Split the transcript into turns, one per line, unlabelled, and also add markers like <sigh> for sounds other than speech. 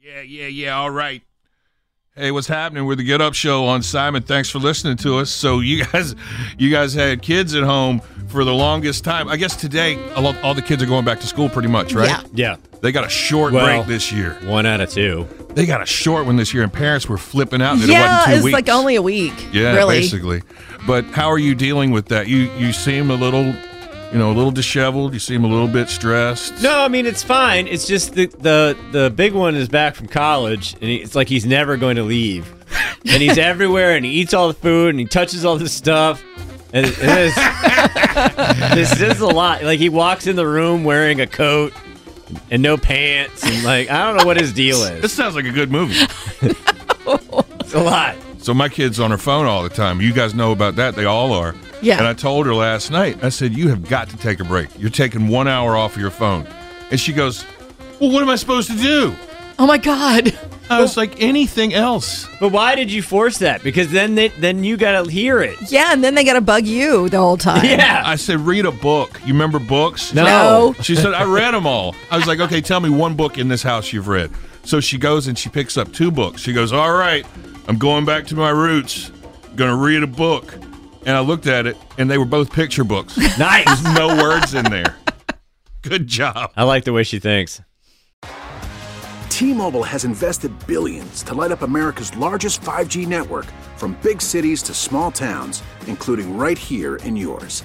Yeah, yeah, yeah. All right. Hey, what's happening? We're the Get Up Show on Simon. Thanks for listening to us. So you guys, you guys had kids at home for the longest time. I guess today all, all the kids are going back to school pretty much, right?
Yeah.
Yeah.
They got a short
Well-
break this year.
One out of two.
They got a short one this year, and parents were flipping out that it
yeah,
wasn't two
it's
weeks.
like only a week.
yeah,
really.
basically. But how are you dealing with that? You you seem a little, you know, a little disheveled. You seem a little bit stressed.
No, I mean it's fine. It's just the the, the big one is back from college, and he, it's like he's never going to leave, and <laughs> he's everywhere, and he eats all the food, and he touches all this stuff, and it- <laughs> it is- this is a lot. Like he walks in the room wearing a coat and no pants, and like I don't know what his deal
This
is.
sounds like a good movie.
It's a lot.
So my kid's on her phone all the time. You guys know about that. They all are.
Yeah.
And I told her last night, I said, You have got to take a break. You're taking one hour off of your phone. And she goes, Well, what am I supposed to do?
Oh my god.
I was like, Anything else.
But why did you force that? Because then they, then you gotta hear it.
Yeah, and then they gotta bug you the whole <laughs> time.
Yeah.
I said, Read a book. You remember books?
No.
She said, I read them all. I was like, Okay, tell me one book in this house you've read. So she goes and she picks up two books. She goes, All right, I'm going back to my roots. Gonna read a book. And I looked at it, and they were both picture books.
Nice.
no words in there. Good job.
I like the way she thinks.
T-Mobile has invested billions to light up America's largest 5G network from big cities to small towns, including right here in yours.